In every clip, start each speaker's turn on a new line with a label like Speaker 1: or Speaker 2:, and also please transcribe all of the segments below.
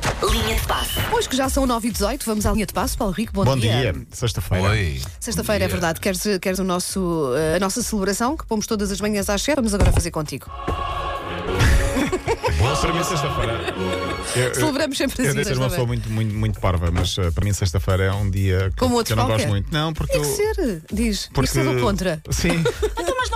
Speaker 1: de passe.
Speaker 2: Pois que já são 9 e 18 vamos à linha de passo. Paulo Rico, bom,
Speaker 3: Bom dia, sexta-feira.
Speaker 4: Oi.
Speaker 2: Sexta-feira, é verdade. Queres, queres o nosso, eh, a nossa celebração, que pomos todas as manhãs às 7? Vamos agora fazer contigo.
Speaker 3: Boa para mim, sexta-feira. Eu- eu-
Speaker 2: Celebramos sempre assim, as
Speaker 3: Eh, Eu
Speaker 2: idas
Speaker 3: devo ser uma
Speaker 2: também.
Speaker 3: pessoa muito, muito, muito parva, mas eh, para mim, sexta-feira é um dia que,
Speaker 2: Como
Speaker 3: que
Speaker 2: outros
Speaker 3: eu não
Speaker 2: qualquer.
Speaker 3: gosto muito. Não, porque.
Speaker 2: Tem
Speaker 3: eu-
Speaker 2: que ser, diz.
Speaker 3: porque...
Speaker 2: Isto é do contra.
Speaker 3: Sim.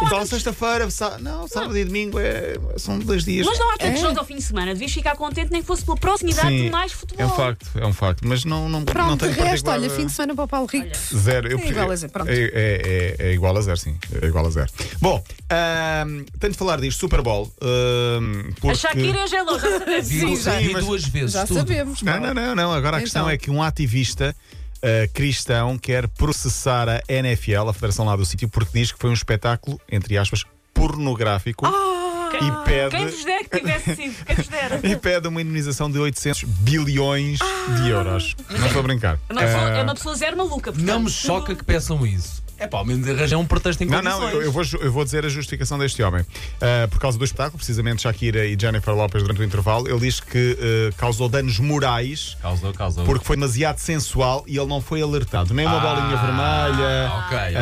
Speaker 3: Então, sexta-feira, sá- não, sábado e domingo é- são dois dias.
Speaker 1: Mas não há tantos
Speaker 2: É.
Speaker 1: jogos ao fim de semana. Devias ficar contente nem que fosse pela proximidade
Speaker 3: Sim,
Speaker 1: de mais futebol.
Speaker 3: é um facto, é um facto. Mas não, não, não
Speaker 2: Pronto,
Speaker 3: tenho
Speaker 2: de resto,
Speaker 3: particular- eh,
Speaker 2: olha, fim de semana para o Paulo Rico.
Speaker 3: Zero. Eu
Speaker 2: É igual a zero, pronto.
Speaker 3: É, é- é- é igual a zero, sim. É igual a zero. Bom, ahm, tenho de falar disto, Super Bowl. ehm, ahm, porque...
Speaker 1: A Shakira já é louca.
Speaker 4: Vi,
Speaker 2: já-
Speaker 4: vi duas vezes
Speaker 2: Já
Speaker 4: tudo.
Speaker 2: sabemos.
Speaker 3: Não,
Speaker 2: Paulo.
Speaker 3: não, não, não. Agora a questão
Speaker 2: Então.
Speaker 3: é que um ativista uh, cristão quer processar a NFL, a Federação lá do Sítio, porque diz que foi um espetáculo, entre aspas, pornográfico e pede.
Speaker 1: Quem vos der que tivesse sido? Quem vos dera?
Speaker 3: É
Speaker 1: É
Speaker 3: E pede uma indemnização de 800 bilhões de euros. Não estou a brincar.
Speaker 1: É uma pessoa,
Speaker 3: eh,
Speaker 1: é uma pessoa zero maluca. Portanto.
Speaker 4: Não me choca que peçam isso. É pá, ao menos arranjar um pretexto em
Speaker 3: Eh, Não,
Speaker 4: condições.
Speaker 3: não, eu, eu vou, ju- eu vou dizer a justificação deste homem. Ah, por causa do espetáculo, precisamente Shakira e Jennifer Lopez durante o intervalo, ele diz que ah, causou danos morais
Speaker 4: Causou, causou.
Speaker 3: porque foi demasiado sensual e ele não foi alertado. Nem uma
Speaker 4: Ah,
Speaker 3: bolinha vermelha,
Speaker 4: ok, ok.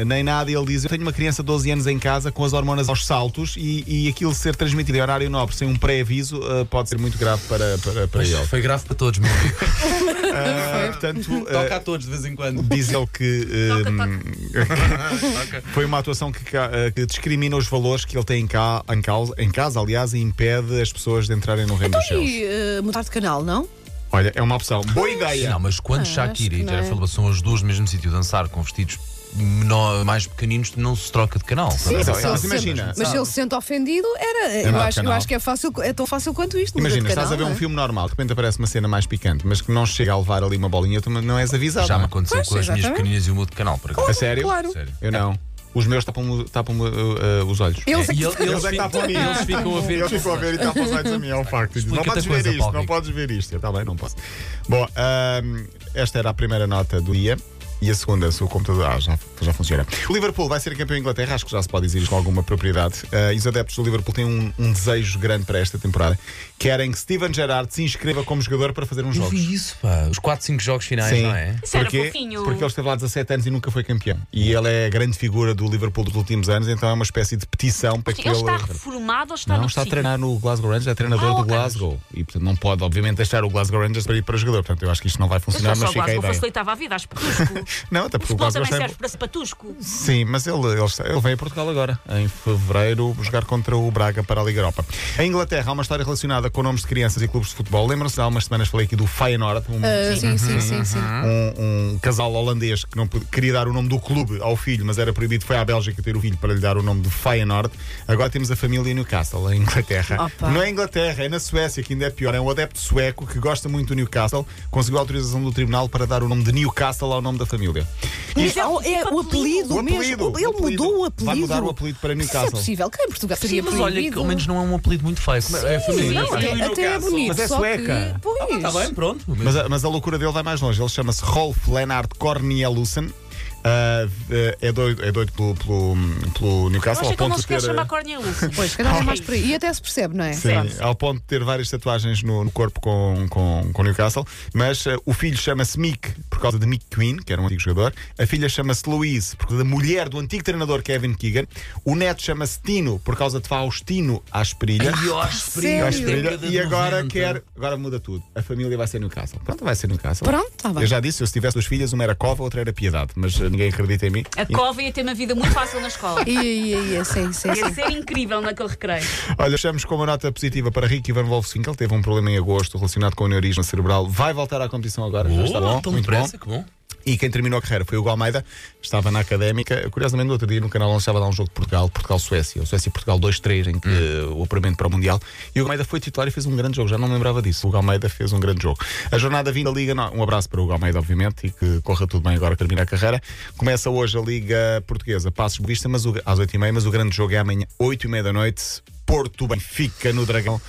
Speaker 3: ah, nem nada. Ele diz: Eu tenho uma criança de 12 anos em casa com as hormonas aos saltos e, e aquilo ser transmitido em horário nobre sem um pré-aviso ah, pode ser muito grave para, para, para
Speaker 4: Mas
Speaker 3: ele.
Speaker 4: foi grave para todos, meu amigo.
Speaker 3: Ah, portanto,
Speaker 4: Toca
Speaker 3: ah,
Speaker 4: a todos de vez em quando.
Speaker 3: diz ele que.
Speaker 1: Toca,
Speaker 3: ah,
Speaker 1: toca.
Speaker 4: Toca.
Speaker 3: Foi uma atuação que, ca- eh, que discrimina os valores que ele tem em, ca- em causa, em casa, aliás, e impede as pessoas de entrarem no reino dos céus.
Speaker 2: E eh, mudar de canal, não?
Speaker 3: Olha, é uma opção. Boa ideia.
Speaker 4: Não, mas quando
Speaker 2: Ah, acho
Speaker 4: Shakira
Speaker 2: que
Speaker 4: e
Speaker 2: não é.
Speaker 4: Jennifer Lopez são as duas no mesmo sítio a dançar com vestidos menor, mais pequeninos, não se troca de canal. é?
Speaker 2: Sim,
Speaker 3: mas
Speaker 2: se
Speaker 3: olha,
Speaker 2: ele
Speaker 3: mas
Speaker 2: se
Speaker 3: imagina,
Speaker 2: sente- Mas
Speaker 3: sabe?
Speaker 2: se ele se sente ofendido, era. eu,
Speaker 3: mudar de
Speaker 2: acho, eu
Speaker 3: canal.
Speaker 2: acho que é, fácil, é tão fácil quanto isto. mudar
Speaker 3: Imagina,
Speaker 2: de
Speaker 3: estás
Speaker 2: canal,
Speaker 3: a ver
Speaker 2: não
Speaker 3: um
Speaker 2: é?
Speaker 3: filme normal, de repente aparece uma cena mais picante, mas que não chega a levar ali uma bolinha, tu não és avisado.
Speaker 4: Já
Speaker 3: não
Speaker 4: me
Speaker 3: é?
Speaker 4: aconteceu
Speaker 2: Pois,
Speaker 4: com as minhas
Speaker 2: exatamente. é
Speaker 4: pequeninas e o mudo de canal. Por acaso.
Speaker 3: A sério?
Speaker 2: Claro.
Speaker 4: Sério.
Speaker 3: Eu não. Os meus tapam-me tapam-me, eh, eh, os olhos.
Speaker 2: Eu
Speaker 4: É,
Speaker 2: sei
Speaker 4: e
Speaker 2: que-
Speaker 4: ele- eles,
Speaker 3: é que
Speaker 4: ficam,
Speaker 3: tapam a mim.
Speaker 4: eles ficam a ver.
Speaker 3: Eles ficam a ver e tapam os olhos a mim, é um facto. Não
Speaker 4: Explica-te
Speaker 3: podes
Speaker 4: a coisa,
Speaker 3: ver isto,
Speaker 4: Paulo
Speaker 3: não
Speaker 4: Rico.
Speaker 3: podes ver isto. Eu também não posso. Bom, ahm, esta era a primeira nota do dia. E a segunda, se o computador ah, já, já funciona. O Liverpool vai ser campeão da Inglaterra, acho que já se pode dizer isto com alguma propriedade. Ah, e os adeptos do Liverpool têm um, um desejo grande para esta temporada. Querem que Steven Gerrard se inscreva como jogador para fazer uns
Speaker 4: Eu
Speaker 3: jogos.
Speaker 4: vi isso, pá. Os 4, 5 jogos finais, não é?
Speaker 1: Isso era
Speaker 3: Porquê?
Speaker 1: fofinho.
Speaker 3: Porque ele esteve lá 17 anos e nunca foi campeão. E ele é a grande figura do Liverpool dos últimos anos, então é uma espécie de petição para que
Speaker 1: Ele
Speaker 3: ele.
Speaker 1: está reformado ou está
Speaker 3: Não,
Speaker 1: no
Speaker 3: está a
Speaker 1: psico?
Speaker 3: treinar no Glasgow Rangers, é treinador
Speaker 1: Ah,
Speaker 3: do
Speaker 1: ok.
Speaker 3: Glasgow. E portanto não pode, obviamente, deixar o Glasgow Rangers para ir para jogador. Portanto, eu acho que isto não vai
Speaker 1: Mas só
Speaker 3: funcionar, mas
Speaker 1: o
Speaker 3: fica a
Speaker 1: Glasgow
Speaker 3: ideia.
Speaker 1: facilitava a vida, acho patusco.
Speaker 3: Não, até
Speaker 1: O
Speaker 3: porque o
Speaker 1: futebol
Speaker 3: Glasgow
Speaker 1: também
Speaker 3: está
Speaker 1: serve
Speaker 3: em...
Speaker 1: para se patusco.
Speaker 3: Sim, mas ele, ele, está- ele vem a Portugal agora, em fevereiro, jogar contra o Braga para a Liga Europa. Em Inglaterra há uma história relacionada com nomes de crianças e clubes de futebol. Lembram-se, há umas semanas falei aqui do Feyenoord, um,
Speaker 2: Ah, sim, sim, sim, sim.
Speaker 1: Hum?
Speaker 3: um, um casal holandês que não pod- queria dar o nome do clube ao filho, mas era proibido, foi à Bélgica ter o filho para lhe dar o nome de Feyenoord. Agora temos a família Newcastle, em Inglaterra.
Speaker 2: Opa.
Speaker 3: Não é Inglaterra, é na Suécia, que ainda é pior. É um adepto sueco que gosta muito do Newcastle, conseguiu a autorização do tribunal para dar o nome de Newcastle ao nome da família.
Speaker 2: Mas é, o- é o apelido
Speaker 3: O
Speaker 2: mesmo.
Speaker 3: apelido,
Speaker 2: ele
Speaker 3: o apelido.
Speaker 2: mudou o apelido.
Speaker 3: Vai mudar o apelido para
Speaker 2: Isso é
Speaker 3: Newcastle.
Speaker 2: possível. Cá em Portugal
Speaker 4: Sim,
Speaker 2: seria
Speaker 4: mas
Speaker 2: proibido.
Speaker 4: olha, que ao menos não é um apelido muito feio. Como é- é a família.
Speaker 2: Não, até, até é bonito.
Speaker 3: Mas é
Speaker 2: só
Speaker 3: sueca.
Speaker 2: Que, pois.
Speaker 4: Está Ah, tá bem, pronto.
Speaker 3: Mas a, mas a loucura dele vai mais longe. Ele chama-se Rolf Lennart Cornielussen. Ah, eh, é doido, é doido pelo, pelo, pelo
Speaker 1: Eu acho
Speaker 3: Newcastle. ao
Speaker 1: que ele
Speaker 3: ponto
Speaker 1: não
Speaker 3: de
Speaker 1: se quer
Speaker 3: ter- eh,
Speaker 1: chamar Cornel Lúcio.
Speaker 2: Pois, se calhar é mais por aí. E até se percebe, não é?
Speaker 3: Sim, ao ponto de ter várias tatuagens no, no corpo com, com, com Newcastle. Mas eh, o filho chama-se Mick por causa de Mick Queen, que era um antigo jogador. A filha chama-se Louise por causa da mulher do antigo treinador Kevin Keegan. O neto chama-se Tino por causa de Faustino Asperilha.
Speaker 2: Sério?
Speaker 3: Asperilha. E agora é- quer. Agora muda tudo. A família vai ser Newcastle. Pronto, vai ser Newcastle.
Speaker 2: Pronto, tá bem.
Speaker 3: Eu já disse, eu se tivesse duas filhas, uma era cova, outra era piedade. Mas eh, ninguém acredita em mim.
Speaker 2: É
Speaker 1: A cova ia ter uma vida muito fácil na escola.
Speaker 2: E aí, e aí, sim, sim,
Speaker 1: Ia
Speaker 2: sim.
Speaker 1: ser incrível naquele recreio.
Speaker 3: Olha, fechamos com uma nota positiva para Ricky Van Wolfswinkel. Teve um problema em agosto relacionado com o aneurisma cerebral. Vai voltar à competição agora. já
Speaker 4: Oh,
Speaker 3: está bom, muito bom.
Speaker 4: que bom.
Speaker 3: E quem terminou a carreira foi o Hugo Almeida. Estava na académica. Curiosamente, no outro dia no canal onde estava a dar um jogo de Portugal, Portugal-Suécia, ou Suécia-Portugal 2-3, em que eh, o apuramento para o Mundial. E o Hugo Almeida foi titular e fez um grande jogo. Já não me lembrava disso. O Hugo Almeida fez um grande jogo. A jornada vinda da Liga, não- um abraço para o Hugo Almeida, obviamente, e que corra tudo bem agora que termina a carreira. Começa hoje a Liga Portuguesa, Passos de Vista, mas o, às 8h30, mas o grande jogo é amanhã, 8h30 da noite, Porto-Benfica no Dragão.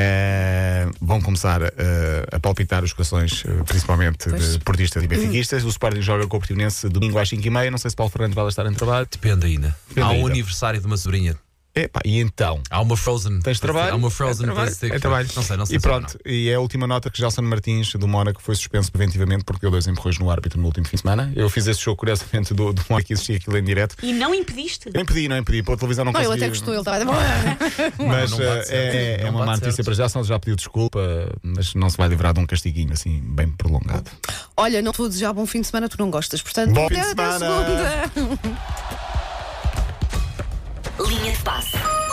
Speaker 3: Eh, vão começar eh, a palpitar os corações, eh, principalmente de portistas e benfiquistas. O Sporting joga com o Portimonense domingo às 5h30. Não sei se Paulo Fernandes vai lá estar em trabalho.
Speaker 4: Depende ainda.
Speaker 3: Depende
Speaker 4: Há um
Speaker 3: ainda.
Speaker 4: aniversário de uma sobrinha.
Speaker 3: Epá, e então?
Speaker 4: Há uma Frozen.
Speaker 3: Tens trabalho?
Speaker 4: Há uma
Speaker 3: é
Speaker 4: Frozen.
Speaker 3: trabalho,
Speaker 4: para se ter-
Speaker 3: é trabalho.
Speaker 4: Não sei, não sei.
Speaker 3: E
Speaker 4: se é ou
Speaker 3: pronto, e é a última nota que Gelson Martins do Mónaco foi suspenso preventivamente porque deu dois empurrões no árbitro no último fim de semana. Eu fiz esse show, curiosamente, do, do Mónaco que existia aquilo em direto.
Speaker 1: E não impediste.
Speaker 3: Eu impedi, não impedi, pela televisão não
Speaker 2: Não, ele
Speaker 3: consegui.
Speaker 2: até gostou, ele estava.
Speaker 3: Mas
Speaker 4: Não, não bate
Speaker 3: eh,
Speaker 4: certo,
Speaker 3: é, é
Speaker 4: não
Speaker 3: uma má
Speaker 4: bate
Speaker 3: notícia
Speaker 4: certo.
Speaker 3: para Gelson, já pediu desculpa, mas não se vai livrar de um castiguinho assim, bem prolongado.
Speaker 2: Olha, não te vou desejar bom fim de semana, tu não gostas. Portanto,
Speaker 3: Bom
Speaker 2: até,
Speaker 3: fim de
Speaker 2: até a
Speaker 3: semana.
Speaker 2: segunda.
Speaker 5: Linha de passe.